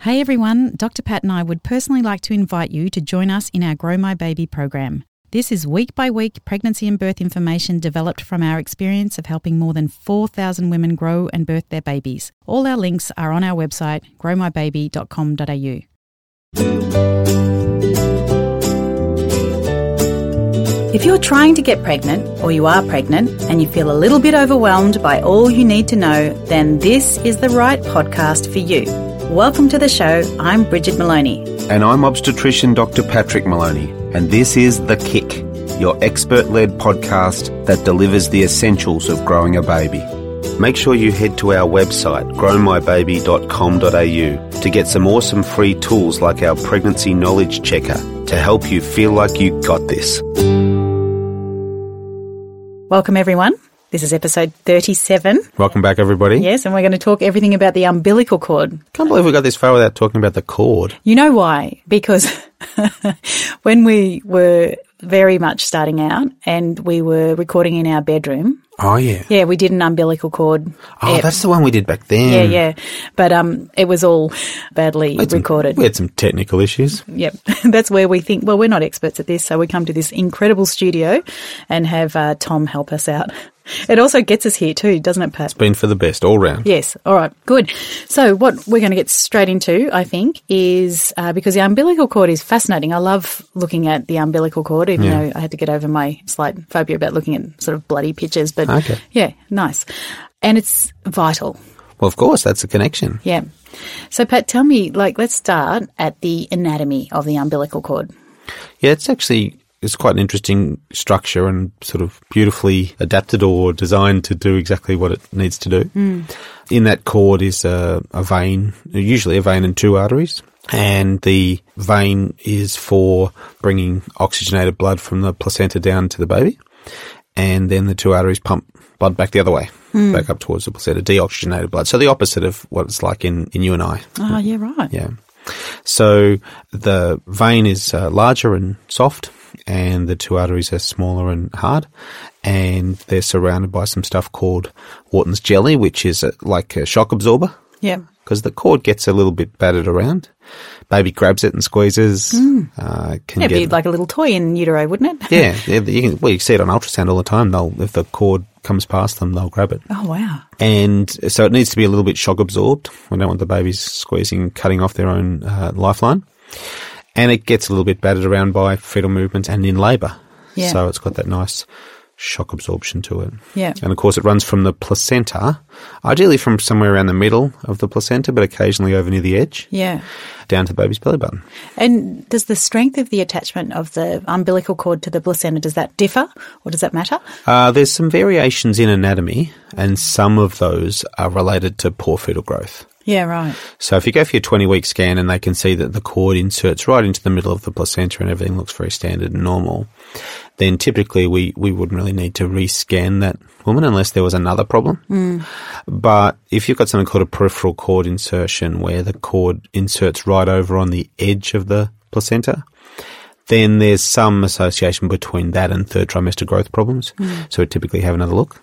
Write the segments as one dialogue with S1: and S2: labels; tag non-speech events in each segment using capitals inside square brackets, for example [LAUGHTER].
S1: Hey everyone, Dr. Pat and I would personally like to invite you to join us in our Grow My Baby program. This is week by week pregnancy and birth information developed from our experience of helping more than 4,000 women grow and birth their babies. All our links are on our website, growmybaby.com.au.
S2: If you're trying to get pregnant or you are pregnant and you feel a little bit overwhelmed by all you need to know, then this is the right podcast for you. Welcome to the show. I'm Bridget Maloney.
S3: And I'm obstetrician Dr. Patrick Maloney, and this is The Kick, your expert led podcast that delivers the essentials of growing a baby. Make sure you head to our website, growmybaby.com.au, to get some awesome free tools like our pregnancy knowledge checker to help you feel like you got this.
S2: Welcome, everyone. This is episode 37.
S3: Welcome back, everybody.
S2: Yes, and we're going to talk everything about the umbilical cord.
S3: Can't believe we got this far without talking about the cord.
S2: You know why? Because [LAUGHS] when we were very much starting out and we were recording in our bedroom,
S3: Oh, yeah.
S2: yeah, we did an umbilical cord.
S3: Oh,
S2: ep.
S3: that's the one we did back then.
S2: yeah, yeah. But um, it was all badly
S3: We had some-
S2: recorded.
S3: we had some technical issues.
S2: Yep. [LAUGHS] That's where we think, well, we're not experts at this. So we come to this incredible studio and have uh, Tom help us out. It also gets us here too, doesn't it, Pat?
S3: Been for the best all round.
S2: Yes. All right. Good. So what we're going to get straight into, I think, is uh, because the umbilical cord is fascinating. I love looking at the umbilical cord, even
S3: Yeah.
S2: though I had to get over my slight phobia about looking at sort of bloody pictures. But
S3: Okay.
S2: yeah, nice. And it's vital.
S3: Well, of course, that's a connection.
S2: Yeah. So, Pat, tell me, like, let's start at the anatomy of the umbilical cord.
S3: Yeah, it's actually it's quite an interesting structure and sort of beautifully adapted or designed to do exactly what it needs to do. In that cord is a, a vein, usually a vein and two arteries. And the vein is for bringing oxygenated blood from the placenta down to the baby. And then the two arteries pump blood back the other way, back up towards the placenta, deoxygenated blood. So the opposite of what it's like in, in you and I.
S2: Oh, yeah, right.
S3: Yeah. So the vein is uh, larger and soft, and the two arteries are smaller and hard, and they're surrounded by some stuff called Wharton's jelly, which is uh like a shock absorber
S2: Yeah.
S3: because the cord gets a little bit battered around. Baby grabs it and squeezes. Uh, can
S2: It'd be
S3: get
S2: like Hmm. a little toy in utero, wouldn't it?
S3: yeah, yeah, you can, well, you see it on ultrasound all the time. They'll if the cord comes past them, they'll grab it.
S2: Oh, wow.
S3: And so it needs to be a little bit shock absorbed. We don't want the babies squeezing, cutting off their own uh, lifeline. And it gets a little bit battered around by fetal movements and in labour.
S2: Yeah.
S3: So it's got that nice shock absorption to it.
S2: Yeah.
S3: And of course, it runs from the placenta, ideally from somewhere around the middle of the placenta, but occasionally over near the edge,
S2: Yeah.
S3: down to the baby's belly button.
S2: And does the strength of the attachment of the umbilical cord to the placenta, does that differ or does that matter?
S3: Uh, there's some variations in anatomy, and some of those are related to poor fetal growth.
S2: Yeah, right.
S3: So if you go for your 20 week scan and they can see that the cord inserts right into the middle of the placenta and everything looks very standard and normal, then typically we, we wouldn't really need to rescan that woman unless there was another problem. But if you've got something called a peripheral cord insertion where the cord inserts right over on the edge of the placenta, then there's some association between that and third trimester growth problems. So we typically have another look.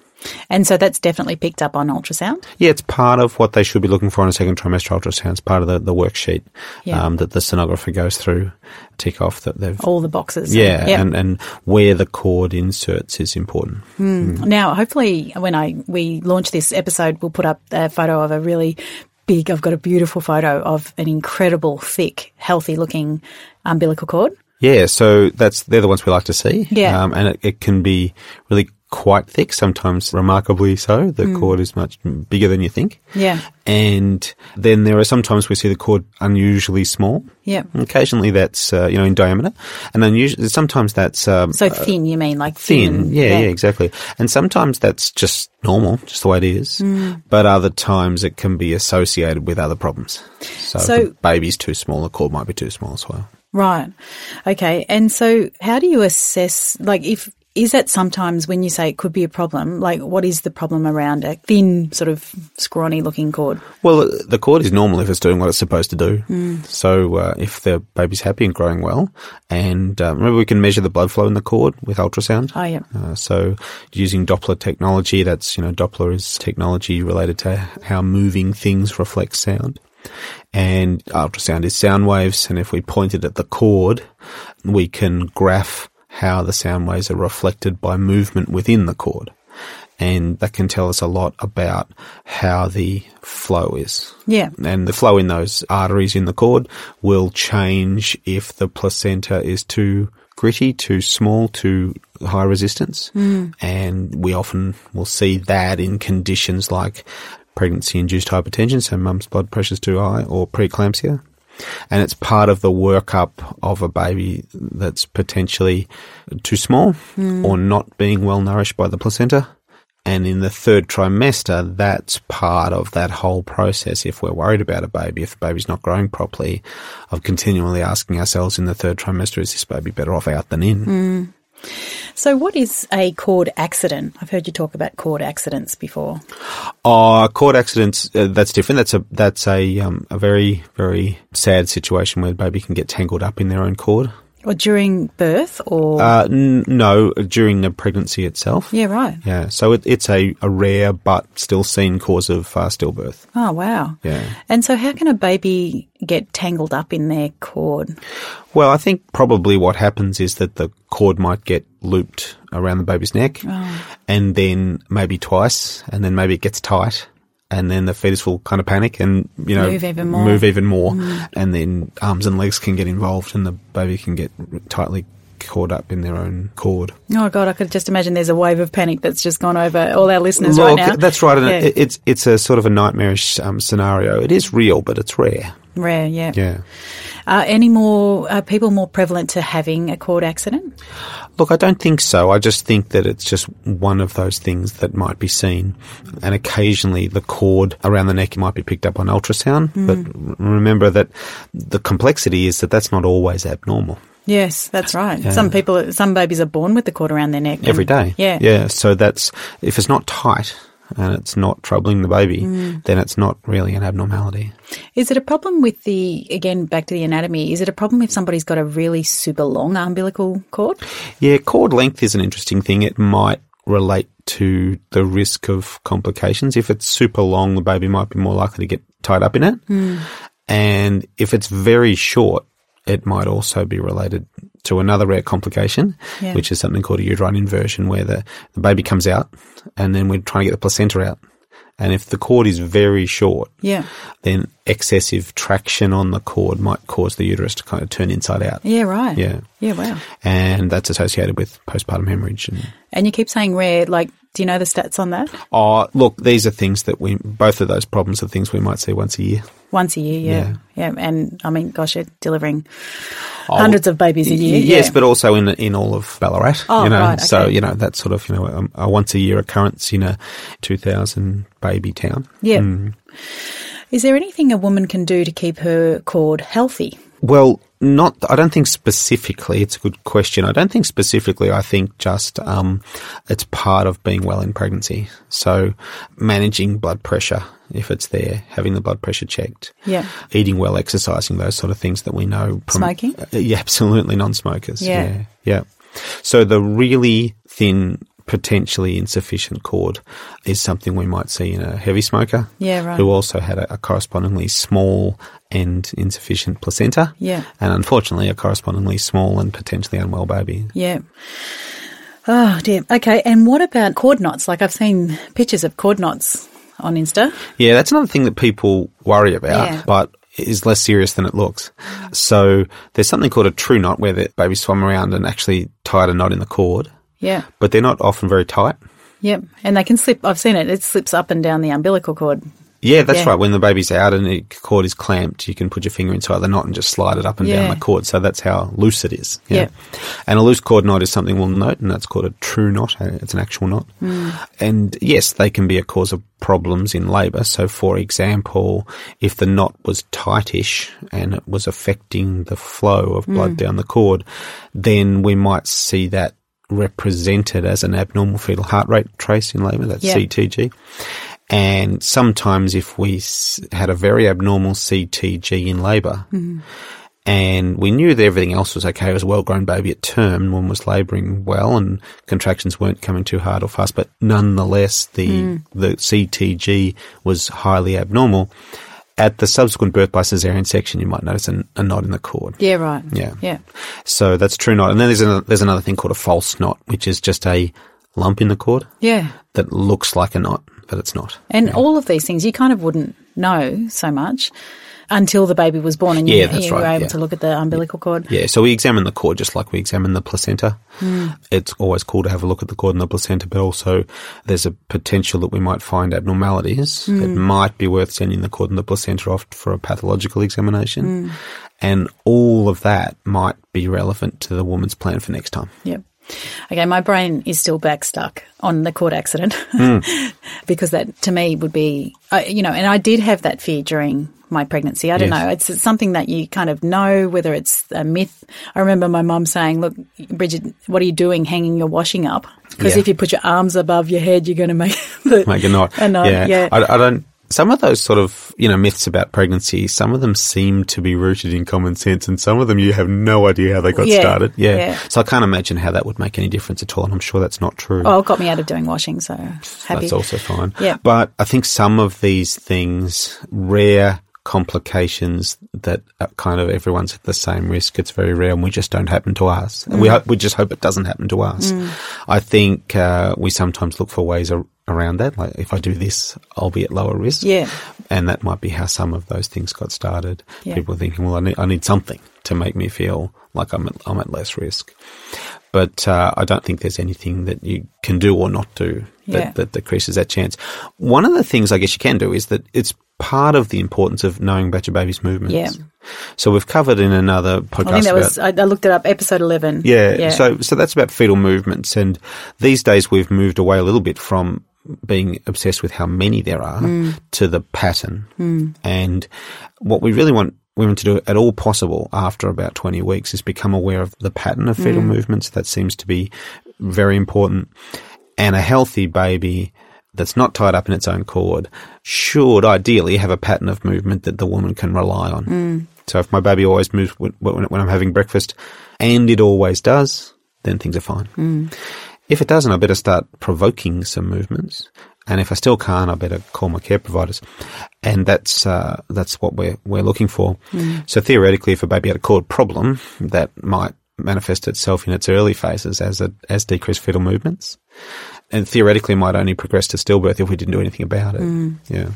S2: And so that's definitely picked up on ultrasound.
S3: Yeah, it's part of what they should be looking for in a second trimester ultrasound. It's part of the, the worksheet
S2: Yeah. Oh,
S3: um, that the sonographer goes through, tick off that they've.
S2: All the boxes.
S3: Yeah,
S2: Yep.
S3: and, and where the cord inserts is important.
S2: Now, hopefully, when I we launch this episode, we'll put up a photo of a really big. I've got a beautiful photo of an incredible, thick, healthy-looking umbilical cord.
S3: Yeah, so that's they're the ones we like to see.
S2: Yeah.
S3: um, and it, it can be really quite thick, sometimes remarkably so. The cord is much bigger than you think.
S2: Hmm. Yeah.
S3: and then there are sometimes we see the cord unusually small.
S2: Yeah.
S3: occasionally that's uh, you know in diameter, and unusually sometimes that's um,
S2: So thin, you mean like thin?
S3: thin.
S2: and-
S3: Yeah, yeah, exactly. And sometimes that's just normal, just the way it is. But other times it can be associated with other problems. So,
S2: So-
S3: if the baby's too small, the cord might be too small as well.
S2: Right. Okay. And so, how do you assess? Like, if is that sometimes when you say it could be a problem? Like, what is the problem around a thin, sort of scrawny-looking cord?
S3: Well, the cord is normal if it's doing what it's supposed to do. So uh, if the baby's happy and growing well, and uh, remember we can measure the blood flow in the cord with ultrasound.
S2: Oh, yeah.
S3: Uh, so using Doppler technology, that's, you know, Doppler is technology related to how moving things reflect sound. And ultrasound is sound waves. And if we point it at the cord, we can graph how the sound waves are reflected by movement within the cord. And that can tell us a lot about how the flow is.
S2: Yeah.
S3: And the flow in those arteries in the cord will change if the placenta is too gritty, too small, too high resistance. And we often will see that in conditions like pregnancy induced hypertension, so mum's blood pressure's too high, or preeclampsia. And it's part of the workup of a baby that's potentially too small or not being well nourished by the placenta. And in the third trimester, that's part of that whole process. If we're worried about a baby, if the baby's not growing properly, of continually asking ourselves in the third trimester, is this baby better off out than in?
S2: So, what is a cord accident? I've heard you talk about cord accidents before.
S3: Uh, cord accidents. Uh, that's different. That's a that's a um, a very very sad situation where the baby can get tangled up in their own cord.
S2: Or during birth, or.
S3: Uh, n- no, during the pregnancy itself.
S2: yeah, right.
S3: Yeah, so it, it's a, a rare but still seen cause of uh, stillbirth.
S2: Oh, wow.
S3: Yeah.
S2: And so, how can a baby get tangled up in their cord?
S3: Well, I think probably what happens is that the cord might get looped around the baby's neck and then maybe twice and then maybe it gets tight and then the fetus will kind of panic and, you know,
S2: Move even more. Mm.
S3: move even more. and then arms and legs can get involved and the baby can get tightly caught up in their own cord.
S2: Oh, God, I could just imagine there's a wave of panic that's just gone over all our listeners
S3: Look,
S2: right now.
S3: that's right. And
S2: Yeah.
S3: it, it's, it's a sort of a nightmarish um, scenario. It is real, but it's rare.
S2: Rare, yeah.
S3: Yeah.
S2: Are any more are people more prevalent to having a cord accident?
S3: Look, I don't think so. I just think that it's just one of those things that might be seen. And occasionally the cord around the neck might be picked up on ultrasound.
S2: Mm.
S3: But r- remember that the complexity is that that's not always abnormal
S2: Yes, that's right. Some people, some babies are born with the cord around their neck and-
S3: every day.
S2: Yeah,
S3: Yeah. So that's, if it's not tight and it's not troubling the baby,
S2: Mm.
S3: then it's not really an abnormality.
S2: Is it a problem with the again back to the anatomy? Is it a problem if somebody's got a really super long umbilical cord?
S3: Yeah. Cord length is an interesting thing. It might relate to the risk of complications. If it's super long, the baby might be more likely to get tied up in it. And if it's very short, it might also be related to another rare complication,
S2: Yeah.
S3: which is something called a uterine inversion, where the, the baby comes out and then we're trying to get the placenta out. And if the cord is very short,
S2: Yeah,
S3: then excessive traction on the cord might cause the uterus to kind of turn inside out.
S2: yeah, right.
S3: Yeah.
S2: yeah, wow.
S3: And that's associated with postpartum hemorrhage. And,
S2: And you keep saying rare. Like, do you know the stats on that?
S3: oh, look, these are things that we, both of those problems are things we might see once a year.
S2: Once a year, yeah, yeah. And I mean, gosh, you're delivering hundreds of babies a
S3: Oh, Y-
S2: year.
S3: Yes,
S2: yeah.
S3: but also in in all of Ballarat.
S2: Oh,
S3: you know,
S2: right,
S3: so
S2: okay.
S3: you know that sort of you know um, a, a once a year occurrence in a two thousand baby town.
S2: yeah.
S3: Mm.
S2: Is there anything a woman can do to keep her cord healthy?
S3: Well, not. I don't think specifically. It's a good question. I don't think specifically. I think just um, it's part of being well in pregnancy. So managing blood pressure if it's there, having the blood pressure checked.
S2: Yeah.
S3: [LAUGHS] Eating well, exercising, those sort of things that we know.
S2: Smoking?
S3: Uh, [LAUGHS] yeah, absolutely non-smokers.
S2: Yeah.
S3: yeah. Yeah. So the really thin, potentially insufficient cord is something we might see in a heavy smoker.
S2: Yeah, right.
S3: Who also had a, a correspondingly small and insufficient placenta.
S2: Yeah.
S3: And unfortunately, a correspondingly small and potentially unwell baby.
S2: Yeah. Oh dear. Okay. And what about cord knots? Like I've seen pictures of cord knots on Insta.
S3: Yeah, that's another thing that people worry about,
S2: Yeah.
S3: but is less serious than it looks. So there's something called a true knot where the baby swam around and actually tied a knot in the cord,
S2: Yeah.
S3: but they're not often very tight.
S2: Yep. And they can slip. I've seen it. It slips up and down the umbilical cord.
S3: Yeah, that's
S2: Yeah.
S3: right. When the baby's out and the cord is clamped, you can put your finger inside the knot and just slide it up and
S2: Yeah.
S3: down the cord. So that's how loose it is. you know.
S2: Yeah.
S3: And a loose cord knot is something we'll note, and that's called a true knot. uh, It's an actual knot.
S2: Hmm.
S3: And yes, they can be a cause of problems in labour. So, for example, if the knot was tightish and it was affecting the flow of blood
S2: Hmm.
S3: down the cord, then we might see that represented as an abnormal fetal heart rate trace in labour. That's
S2: Yeah.
S3: CTG. And sometimes, if we s- had a very abnormal CTG in labor and we knew that everything else was okay, it was a well grown baby at term, one was laboring well, and contractions weren't coming too hard or fast, but nonetheless, the, the CTG was highly abnormal. At the subsequent birth by cesarean section, you might notice an, a knot in the cord.
S2: Yeah, right.
S3: Yeah.
S2: Yeah.
S3: So that's true knot. And then there's another, there's another thing called a false knot, which is just a lump in the cord
S2: Yeah.
S3: that looks like a knot, but it's not.
S2: And all of these things you kind of wouldn't know so much until the baby was born and you,
S3: Yeah, that's
S2: you were
S3: right,
S2: able
S3: yeah.
S2: to look at the umbilical cord.
S3: Yeah, so we examine the cord just like we examine the placenta. It's always cool to have a look at the cord and the placenta, but also there's a potential that we might find abnormalities that might be worth sending the cord and the placenta off for a pathological examination. And all of that might be relevant to the woman's plan for next time.
S2: Yep. Okay, my brain is still back stuck on the cord accident
S3: Hmm.
S2: [LAUGHS] because that to me would be, I you know, and I did have that fear during my pregnancy. I don't
S3: Yes.
S2: know. It's, it's something that you kind of know, whether it's a myth. I remember my mum saying, Look, Bridget, what are you doing hanging your washing up? Because
S3: Yeah.
S2: if you put your arms above your head, you're going to make [LAUGHS] the,
S3: Make a knot.
S2: A knot, yeah.
S3: I, I don't. Some of those sort of you know myths about pregnancy, some of them seem to be rooted in common sense, and some of them you have no idea how they got
S2: Yeah,
S3: started. Yeah.
S2: yeah.
S3: So I can't imagine how that would make any difference at all, and I'm sure that's not true.
S2: Oh, it got me out of doing washing, so happy.
S3: That's also fine.
S2: Yeah.
S3: But I think some of these things, rare complications that are kind of everyone's at the same risk, it's very rare and we just don't happen to us. And we,
S2: Mm.
S3: hope, we just hope it doesn't happen to us. I think uh, we sometimes look for ways ar- around that. Like if I do this, I'll be at lower risk.
S2: Yeah.
S3: And that might be how some of those things got started.
S2: Yeah.
S3: People are thinking, well, I need, I need something to make me feel like I'm at, I'm at less risk. But uh, I don't think there's anything that you can do or not do that,
S2: Yeah.
S3: that decreases that chance. One of the things I guess you can do is that it's part of the importance of knowing about your baby's movements.
S2: Yeah.
S3: So we've covered in another podcast
S2: I think that
S3: about
S2: was, I, I looked it up, episode 11.
S3: yeah. So so that's about fetal movements, and these days we've moved away a little bit from being obsessed with how many there are to the pattern. And what we really want women to do at all possible after about 20 weeks is become aware of the pattern of fetal movements. That seems to be very important. And a healthy baby that's not tied up in its own cord should ideally have a pattern of movement that the woman can rely on. So if my baby always moves when, when, when I'm having breakfast, and it always does, then things are fine. If it doesn't, I better start provoking some movements. And if I still can't, I better call my care providers. And that's uh, that's what we're we're looking for. So theoretically, if a baby had a cord problem, that might manifest itself in its early phases as a, as decreased fetal movements, and theoretically might only progress to stillbirth if we didn't do anything about it.
S2: Mm.
S3: Yeah.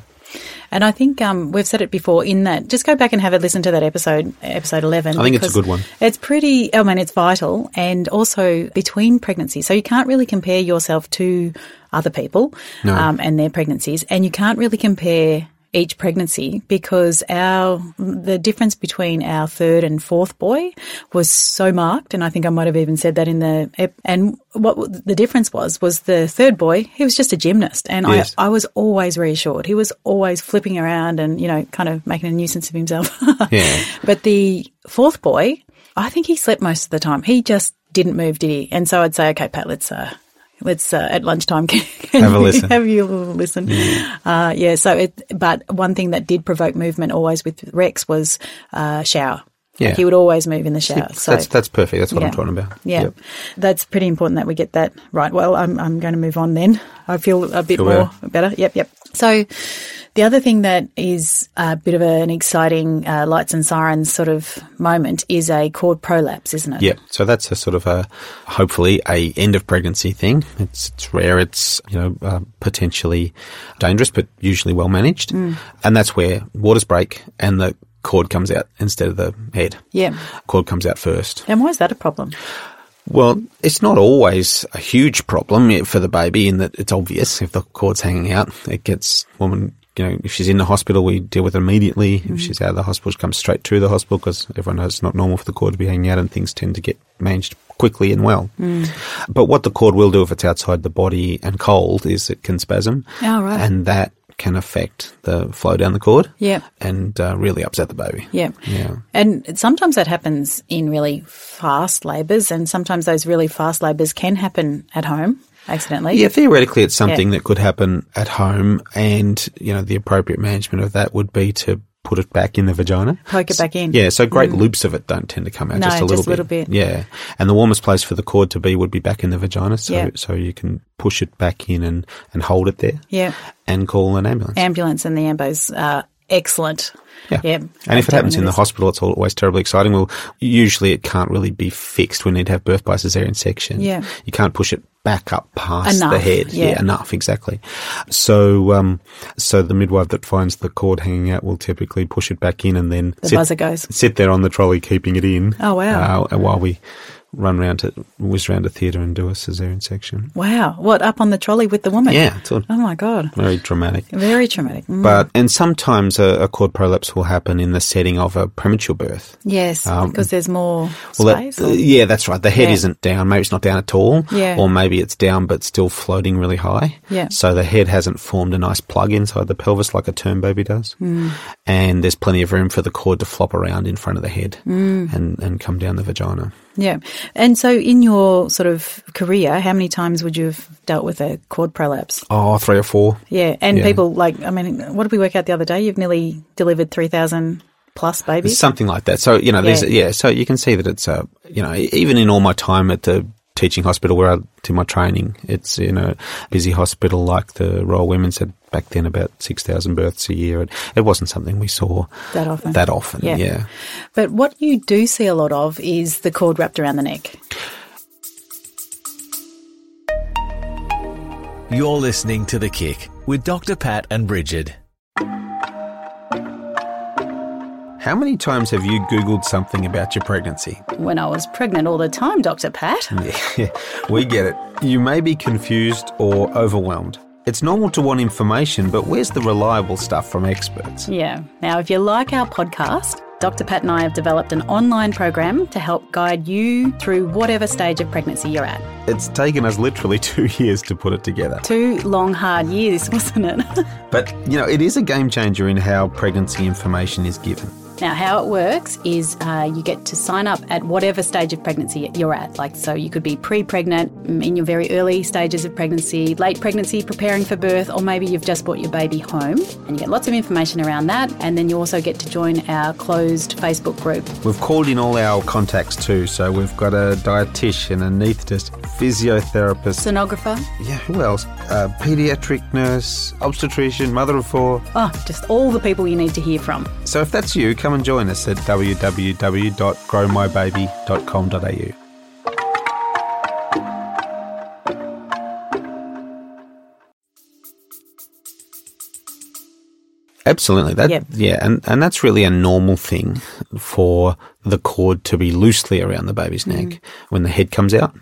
S2: And I think um, we've said it before in that just go back and have a listen to that episode, episode 11.
S3: I think it's a
S2: because
S3: good one.
S2: It's pretty, I mean, it's vital and also between pregnancies. So you can't really compare yourself to other people um, and their pregnancies. And you can't really compare each pregnancy because our the difference between our third and fourth boy was so marked and I think I might have even said that in the ep- and what the difference was was the third boy he was just a gymnast and
S3: Yes.
S2: I I was always reassured he was always flipping around and you know kind of making a nuisance of himself [LAUGHS]
S3: Yeah.
S2: But the fourth boy, I think he slept most of the time. He just didn't move, did he? And so I'd say, okay, Pat, let's uh, let's uh, at lunchtime [LAUGHS] can, can
S3: Have a
S2: you-
S3: listen.
S2: Have you listen? Uh, yeah. So, it, but one thing that did provoke movement always with Rex was uh, shower.
S3: Yeah.
S2: Like he would always move in the shower. So
S3: that's that's perfect. That's what I'm
S2: yeah.
S3: talking about.
S2: Yeah.
S3: Yep.
S2: That's pretty important that we get that right. Well, I'm, I'm going to move on then. I feel a bit
S3: Feel
S2: more better. Yep, yep. So the other thing that is a bit of an exciting uh, lights and sirens sort of moment is a cord prolapse, isn't it?
S3: Yeah, so that's a sort of a hopefully a end of pregnancy thing. It's it's rare. It's you know uh, potentially dangerous, but usually well managed.
S2: Mm.
S3: And that's where waters break and the cord comes out instead of the head.
S2: Yeah.
S3: Cord comes out first.
S2: And why is that a problem?
S3: Well, it's not always a huge problem for the baby in that it's obvious if the cord's hanging out, it gets woman. You know, if she's in the hospital, we deal with it immediately.
S2: Mm-hmm.
S3: If she's out of the hospital, she comes straight to the hospital because everyone knows it's not normal for the cord to be hanging out, and things tend to get managed quickly and well.
S2: Mm.
S3: But what the cord will do if it's outside the body and cold is it can spasm,
S2: Oh, right.
S3: and that can affect the flow down the cord,
S2: Yeah.
S3: and uh, really upset the baby.
S2: Yeah.
S3: yeah.
S2: And sometimes that happens in really fast labours, and sometimes those really fast labours can happen at home accidentally.
S3: Yeah, theoretically, it's something that could happen at home, and you know the appropriate management of that would be to put it back in the vagina.
S2: Poke it back in.
S3: Yeah, so great loops of it don't tend to come out.
S2: Mm. No,
S3: just a
S2: just
S3: little,
S2: a little
S3: bit.
S2: bit.
S3: Yeah, and the warmest place for the cord to be would be back in the vagina, so
S2: Yeah.
S3: so you can push it back in and and hold it there
S2: Yeah.
S3: and call an ambulance.
S2: ambulance and the ambos uh, Excellent.
S3: Yeah.
S2: Yeah.
S3: And if it
S2: Don't
S3: happens in the
S2: notice.
S3: hospital, it's always terribly exciting. Well, usually it can't really be fixed. We need to have birth by cesarean section.
S2: Yeah.
S3: You can't push it back up past the
S2: Enough,
S3: head.
S2: yeah.
S3: enough. Exactly. So, um, so the midwife that finds the cord hanging out will typically push it back in and then
S2: The
S3: sit,
S2: buzzer goes.
S3: sit there on the trolley, keeping it in.
S2: Oh, wow.
S3: Uh, while we run round to, whiz round a theatre and do a cesarean section.
S2: Wow. What up on the trolley with the woman?
S3: Yeah. It's all
S2: Oh my god.
S3: very dramatic.
S2: Very traumatic. Mm.
S3: But, and sometimes a, a cord prolapse will happen in the setting of a premature birth.
S2: yes,
S3: um,
S2: because there's more
S3: that- uh,
S2: space. Oh, or-
S3: yeah, that's right. The head
S2: Yeah.
S3: isn't down. Maybe it's not down at all.
S2: Yeah.
S3: Or maybe it's down but still floating really high.
S2: Yeah.
S3: So the head hasn't formed a nice plug inside the pelvis like a term baby does.
S2: Mm.
S3: And there's plenty of room for the cord to flop around in front of the head
S2: Mm.
S3: and, and come down the vagina.
S2: yeah. And so, in your sort of career, how many times would you have dealt with a cord prolapse?
S3: Oh, three or four.
S2: Yeah, and
S3: Yeah.
S2: people like, I mean, what did we work out the other day? You've nearly delivered three thousand plus babies.
S3: Something like that. So, you know, these,
S2: Yeah.
S3: yeah, so you can see that it's, uh, you know, e- even in all my time at the teaching hospital where I did my training, it's, you know, busy hospital like the Royal Women's had back then about 6,000 births a year. It, it wasn't something we saw
S2: That often.
S3: That often,
S2: Yeah.
S3: yeah.
S2: But what you do see a lot of is the cord wrapped around the neck.
S4: You're listening to The Kick with Dr. Pat and Bridget.
S3: How many times have you Googled something about your pregnancy? [LAUGHS]
S2: When I was pregnant all the time, Doctor Pat.
S3: we get it. You may be confused or overwhelmed. It's normal to want information, but where's the reliable stuff from experts?
S2: Yeah. Now, if you like our podcast, Dr. Pat and I have developed an online program to help guide you through whatever stage of pregnancy you're at.
S3: It's taken us literally [LAUGHS] two years to put it together.
S2: Two long, hard years, [LAUGHS] wasn't it?
S3: But, you know, it is a game changer in how pregnancy information is given.
S2: Now, how it works is uh, you get to sign up at whatever stage of pregnancy you're at. Like, so you could be pre pregnant, in your very early stages of pregnancy, late pregnancy, preparing for birth, or maybe you've just brought your baby home. And you get lots of information around that. And then you also get to join our closed Facebook group.
S3: We've called in all our contacts too, so we've got a dietitian, anesthetist, physiotherapist,
S2: Sonographer.
S3: yeah, who else? A pediatric nurse, obstetrician, mother of four.
S2: Oh, just all the people you need to hear from.
S3: So if that's you, come and join us at www.growmybaby.com.au. Absolutely. That
S2: Yep.
S3: yeah, and, and that's really a normal thing for the cord to be loosely around the baby's neck when the head comes out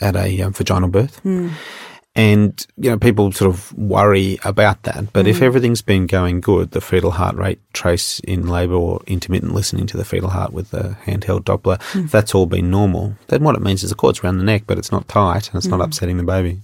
S3: at a um, vaginal birth. And you know, people sort of worry about that. But
S2: Mm.
S3: if everything's been going good, the fetal heart rate trace in labour or intermittent listening to the fetal heart with the handheld Doppler, if
S2: Mm.
S3: that's all been normal. Then what it means is the cord's around the neck, but it's not tight and it's
S2: Mm.
S3: not upsetting the baby.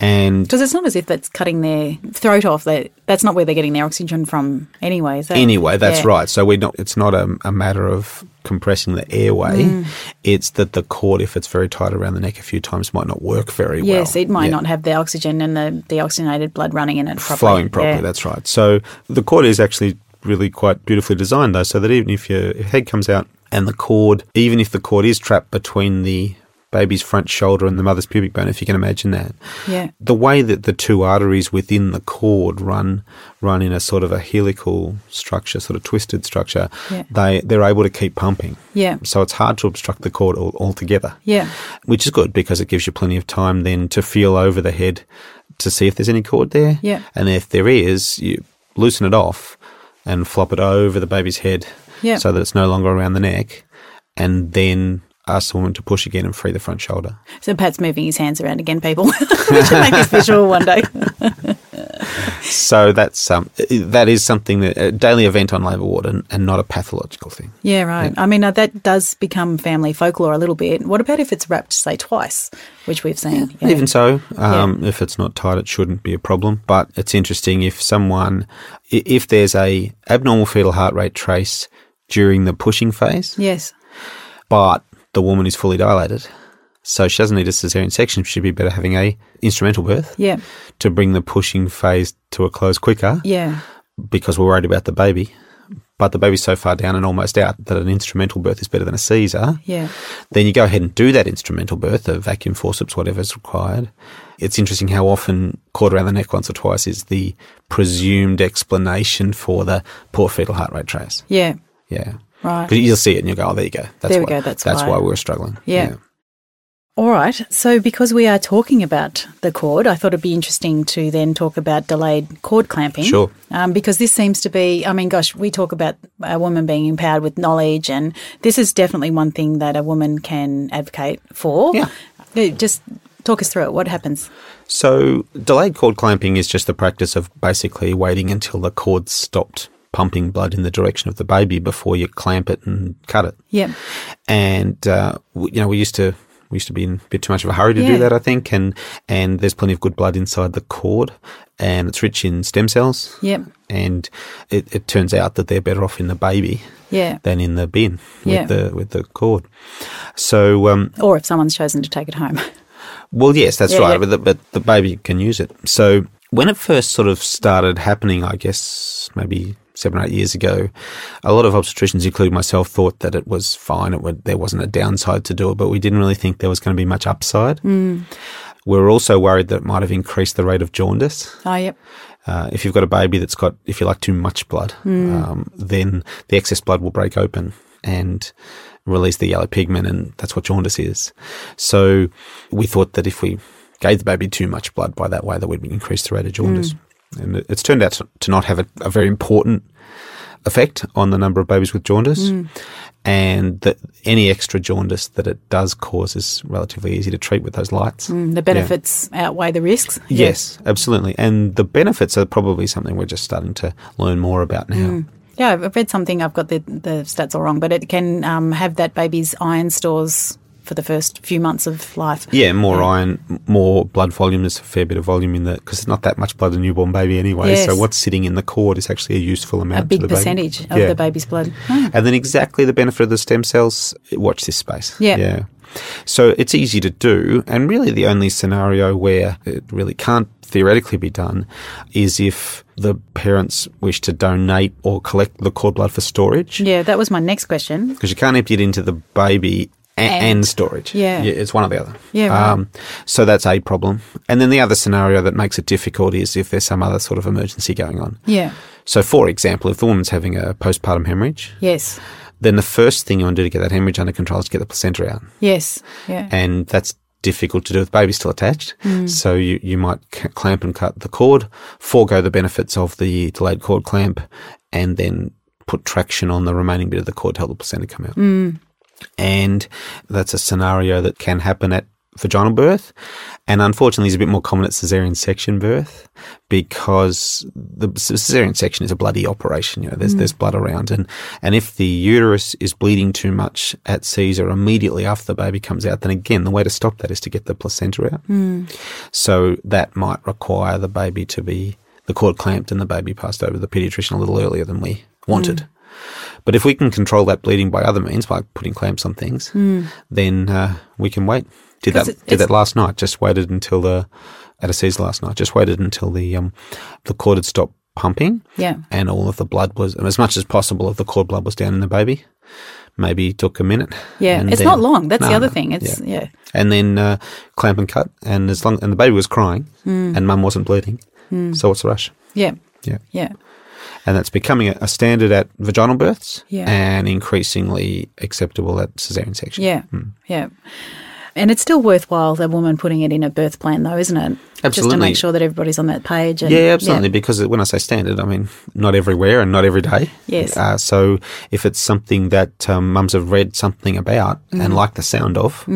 S3: And
S2: Because it's not as if that's cutting their throat off. They, that's not where they're getting their oxygen from, anyway. Is that-
S3: anyway, that's
S2: Yeah.
S3: right. So we're not. It's not a, a matter of compressing the airway.
S2: Mm.
S3: It's that the cord, if it's very tight around the neck a few times, might not work very well.
S2: Yes, it might
S3: Yeah.
S2: not have the oxygen and the deoxygenated blood running in it properly.
S3: flowing properly.
S2: Yeah.
S3: That's right. So the cord is actually really quite beautifully designed, though, so that even if your head comes out and the cord, even if the cord is trapped between the baby's front shoulder and the mother's pubic bone, if you can imagine that,
S2: Yeah.
S3: the way that the two arteries within the cord run run in a sort of a helical structure, sort of twisted structure,
S2: Yeah.
S3: they they're able to keep pumping.
S2: Yeah.
S3: So it's hard to obstruct the cord all, altogether
S2: Yeah.
S3: which is good because it gives you plenty of time then to feel over the head to see if there's any cord there.
S2: Yeah.
S3: And if there is, you loosen it off and flop it over the baby's head
S2: Yeah.
S3: so that it's no longer around the neck and then ask the woman to push again and free the front shoulder.
S2: So Pat's moving his hands around again, people, [LAUGHS] to make this visual one
S3: [LAUGHS]
S2: day.
S3: So that's um, that is something that a daily event on labour ward and, and not a pathological thing.
S2: Yeah, right. I mean, uh, that does become family folklore a little bit. What about if it's wrapped, say, twice, which we've seen? Yeah.
S3: Even so, um, if it's not tight, it shouldn't be a problem. But it's interesting if someone, i- if there's a abnormal fetal heart rate trace during the pushing phase,
S2: Yes.
S3: but the woman is fully dilated, so she doesn't need a cesarean section. She'd be better having a instrumental birth
S2: Yeah.
S3: to bring the pushing phase to a close quicker
S2: Yeah.
S3: because we're worried about the baby. but the baby's so far down and almost out that an instrumental birth is better than a Caesar,
S2: Yeah.
S3: then you go ahead and do that instrumental birth, a vacuum forceps, whatever's required. It's interesting how often caught around the neck once or twice is the presumed explanation for the poor fetal heart rate trace.
S2: Yeah.
S3: Yeah.
S2: Right.
S3: Because you'll see it and you'll go, oh, there you go. That's
S2: There we go,
S3: why,
S2: that's why.
S3: we were struggling.
S2: Yeah. All right. So, because we are talking about the cord, I thought it'd be interesting to then talk about delayed cord clamping.
S3: Sure.
S2: Um, because this seems to be, I mean, gosh, we talk about a woman being empowered with knowledge, and this is definitely one thing that a woman can advocate for.
S3: Yeah.
S2: Uh, Just talk us through it. What happens?
S3: So delayed cord clamping is just the practice of basically waiting until the cord stopped pumping blood in the direction of the baby before you clamp it and cut it.
S2: Yeah.
S3: and uh, w- you know we used to we used to be in a bit too much of a hurry to
S2: Yeah.
S3: do that, I think, and and there's plenty of good blood inside the cord, and it's rich in stem cells,
S2: Yep.
S3: and it, it turns out that they're better off in the baby
S2: Yeah.
S3: than in the bin
S2: Yeah.
S3: with the with the cord. So um,
S2: Or if someone's chosen to take it home. [LAUGHS]
S3: well, yes, that's
S2: Yeah,
S3: right.
S2: yeah.
S3: But, the, but the baby can use it. So when it first sort of started happening, I guess maybe seven or eight years ago, a lot of obstetricians, including myself, thought that it was fine. It would, there wasn't a downside to do it, but we didn't really think there was going to be much upside.
S2: Mm.
S3: We were also worried that it might have increased the rate of jaundice.
S2: oh, yep.
S3: Uh, if you've got a baby that's got, if you like, too much blood, um, then the excess blood will break open and release the yellow pigment, and that's what jaundice is. So we thought that if we gave the baby too much blood by that way, that would increase the rate of jaundice. And it- it's turned out to- to not have a, a very important effect on the number of babies with jaundice. And that any extra jaundice that it does cause is relatively easy to treat with those lights.
S2: Mm, The benefits outweigh the risks. Yeah.
S3: Yes, absolutely. And the benefits are probably something we're just starting to learn more about now.
S2: Yeah, I've I've read something. I've got the the stats all wrong, but it can um, have that baby's iron stores for the first few months of life.
S3: Yeah, more iron, m- more blood volume. There's a fair bit of volume in that because there's not that much blood in a newborn baby anyway. So
S2: Yes.
S3: what's sitting in the cord is actually a useful
S2: A
S3: amount. to
S2: big
S3: the baby.
S2: percentage of
S3: Yeah.
S2: the baby's blood. Oh,
S3: And then exactly the benefit of the stem cells. Watch this space.
S2: Yeah.
S3: Yeah. So it's easy to do, and really the only scenario where it really can't theoretically be done is if the parents wish to donate or collect the cord blood for storage.
S2: Yeah, that was my next question.
S3: because you can't empty it into the baby a- and,
S2: And-
S3: storage.
S2: yeah.
S3: it's one or the other. Um,
S2: Yeah, right.
S3: so that's a problem. And then the other scenario that makes it difficult is if there's some other sort of emergency going on.
S2: Yeah.
S3: So, for example, if the woman's having a postpartum hemorrhage,
S2: Yes.
S3: then the first thing you want to do to get that hemorrhage under control is to get the placenta out.
S2: Yes. Yeah.
S3: And that's difficult to do with the baby still attached.
S2: Hmm.
S3: So, you, you might c- clamp and cut the cord, forego the benefits of the delayed cord clamp, and then put traction on the remaining bit of the cord to help the placenta come out. And that's a scenario that can happen at vaginal birth. And unfortunately, is a bit more common at cesarean section birth because the c- cesarean section is a bloody operation. You know, there's, there's blood around. And, and if the uterus is bleeding too much at Caesar immediately after the baby comes out, then again, the way to stop that is to get the placenta out. So that might require the baby to be the cord clamped and the baby passed over to the pediatrician a little earlier than we wanted.
S2: Hmm.
S3: But if we can control that bleeding by other means, by putting clamps on things, then uh, we can wait. Did
S2: 'Cause
S3: that?
S2: Hmm. it-
S3: did
S2: it's-
S3: that last night? Just waited until the at a C's last night. Just waited until the um, the cord had stopped pumping,
S2: yeah.
S3: and all of the blood was as much as possible of the cord blood was down in the baby. Maybe took a minute.
S2: Yeah.
S3: and
S2: It's
S3: then-
S2: not long. That's the
S3: No,
S2: other
S3: no,
S2: thing. It's
S3: yeah.
S2: yeah.
S3: and then uh, clamp and cut, and as long and the baby was crying,
S2: Hmm.
S3: and mum wasn't bleeding. So what's the rush?
S2: Yeah.
S3: Yeah
S2: Yeah.
S3: and that's becoming a, a standard at vaginal births
S2: Yeah.
S3: and increasingly acceptable at cesarean section. Hmm.
S2: Yeah. Yeah. And it's still worthwhile the woman putting it in a birth plan though, isn't it? Just to
S3: Absolutely.
S2: make sure that everybody's on that page. And,
S3: Yeah, absolutely. Because when I say standard, I mean not everywhere and not every day.
S2: Yes.
S3: Uh, so if it's something that um, mums have read something about
S2: Hmm.
S3: and like the sound of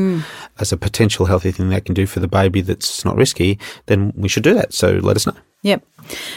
S3: as a potential healthy thing they can do for the baby that's not risky, then we should do that. So let us know.
S2: Yep.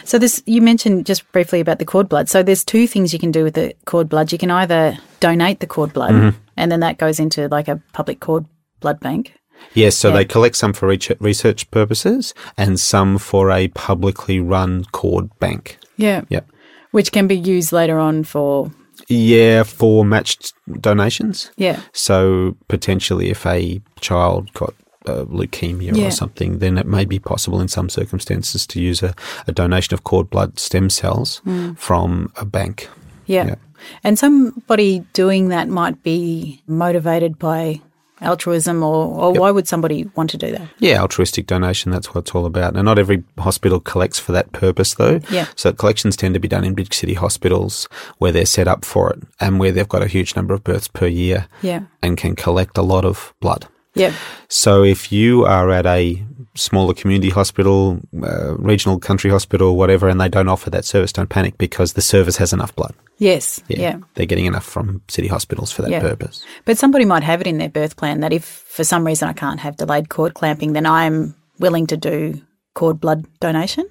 S2: So this you mentioned just briefly about the cord blood. So there's two things you can do with the cord blood. You can either donate the cord blood and then that goes into like a public cord blood bank.
S3: Yes, so they collect some for reach- research purposes and some for a publicly run cord bank.
S2: Yeah.
S3: Yep.
S2: Which can be used later on for
S3: Yeah, for matched donations.
S2: yeah.
S3: So potentially, if a child got uh, leukemia
S2: Yeah.
S3: or something, then it may be possible in some circumstances to use a, a donation of cord blood stem cells from a bank.
S2: Yeah.
S3: Yeah.
S2: And somebody doing that might be motivated by altruism, or, or why would somebody want to do that?
S3: Yeah, altruistic donation, that's what it's all about. Now, not every hospital collects for that purpose, though.
S2: Yeah.
S3: So collections tend to be done in big city hospitals where they're set up for it and where they've got a huge number of births per year
S2: Yeah.
S3: and can collect a lot of blood.
S2: Yeah.
S3: So if you are at a smaller community hospital, uh, regional country hospital, whatever, and they don't offer that service, don't panic because the service has enough blood.
S2: Yes. Yeah.
S3: They're getting enough from city hospitals for that
S2: Yeah.
S3: purpose.
S2: But somebody might have it in their birth plan that if for some reason I can't have delayed cord clamping, then I'm willing to do cord blood donation.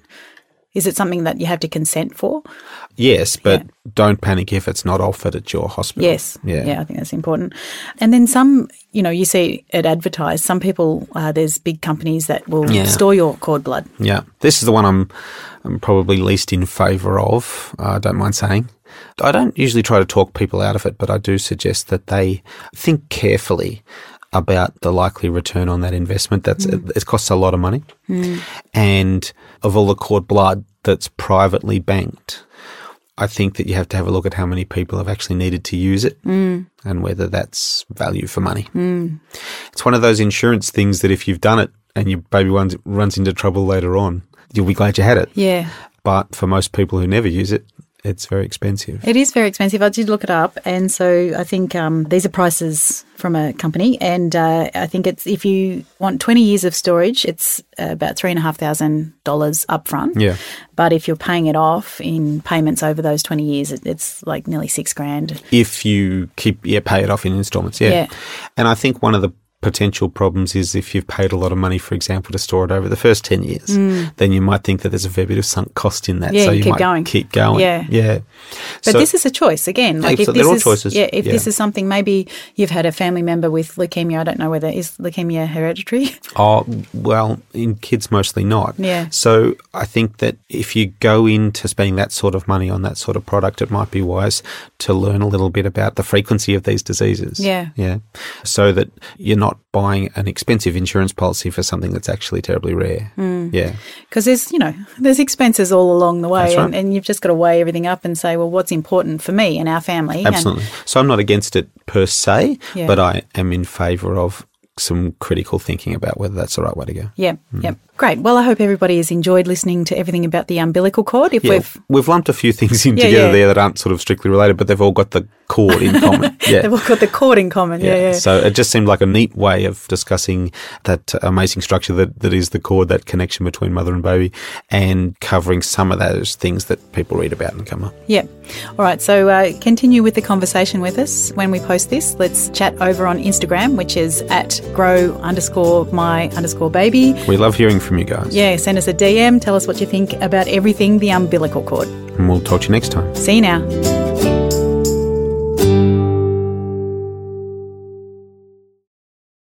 S2: Is it something that you have to consent for?
S3: Yes, but don't panic if it's not offered at your hospital.
S2: Yes. I think that's important. And then some, you know, you see it advertised. Some people, uh, there's big companies that will
S3: Yeah.
S2: store your cord blood.
S3: Yeah, this is the one I'm, I'm probably least in favour of. uh, I don't mind saying. I don't usually try to talk people out of it, but I do suggest that they think carefully about the likely return on that investment. That's it, it costs a lot of money, and of all the cord blood that's privately banked. I think that you have to have a look at how many people have actually needed to use it and whether that's value for money. It's one of those insurance things that if you've done it and your baby runs, runs into trouble later on, you'll be glad you had it.
S2: Yeah.
S3: But for most people who never use it, it's very expensive.
S2: It is very expensive. I did look it up, and so I think um, these are prices from a company, and uh, I think it's if you want twenty years of storage, it's uh, about three and a half thousand dollars upfront.
S3: Yeah.
S2: But if you're paying it off in payments over those twenty years, it, it's like nearly six grand.
S3: If you keep, yeah, pay it off in installments. Yeah.
S2: Yeah.
S3: And I think one of the potential problems is if you've paid a lot of money, for example, to store it over the first 10 years, then you might think that there's a fair bit of sunk cost in that.
S2: Mm. Yeah,
S3: so
S2: you
S3: you,
S2: keep
S3: might
S2: going.
S3: keep going.
S2: Yeah.
S3: Yeah.
S2: But this is a choice again. Like
S3: so
S2: if this
S3: they're all
S2: is,
S3: choices.
S2: Yeah, if this
S3: Yeah.
S2: is something maybe you've had a family member with leukemia. I don't know whether is leukemia hereditary.
S3: Oh, well, in kids, mostly not.
S2: Yeah.
S3: So I think that if you go into spending that sort of money on that sort of product, it might be wise to learn a little bit about the frequency of these diseases.
S2: Yeah.
S3: Yeah. So that you're not buying an expensive insurance policy for something that's actually terribly rare.
S2: Mm.
S3: Yeah.
S2: because there's you know there's expenses all along the way
S3: That's right.
S2: and, and you've just got to weigh everything up and say well what's important for me and our family
S3: Absolutely. So I'm not against it per se,
S2: Yeah.
S3: but I am in favour of some critical thinking about whether that's the right way to go.
S2: and yeah yeah great well i hope everybody has enjoyed listening to everything about the umbilical cord if
S3: Yeah,
S2: we've
S3: we've, lumped a few [LAUGHS] things in
S2: Yeah,
S3: together
S2: yeah.
S3: there that aren't sort of strictly related, but they've all got the cord
S2: [LAUGHS]
S3: in common. Yeah.
S2: they've all got the cord in common yeah yeah,
S3: So it just seemed like a neat way of discussing that amazing structure that, that is the cord, that connection between mother and baby, and covering some of those things that people read about and come up.
S2: Yeah. All right. So uh, continue with the conversation with us when we post this. Let's chat over on Instagram, which is at grow underscore my underscore baby.
S3: We love hearing from you guys,
S2: Yeah. Send us a DM. Tell us what you think about everything the umbilical cord.
S3: and we'll talk to you next time.
S2: See you now.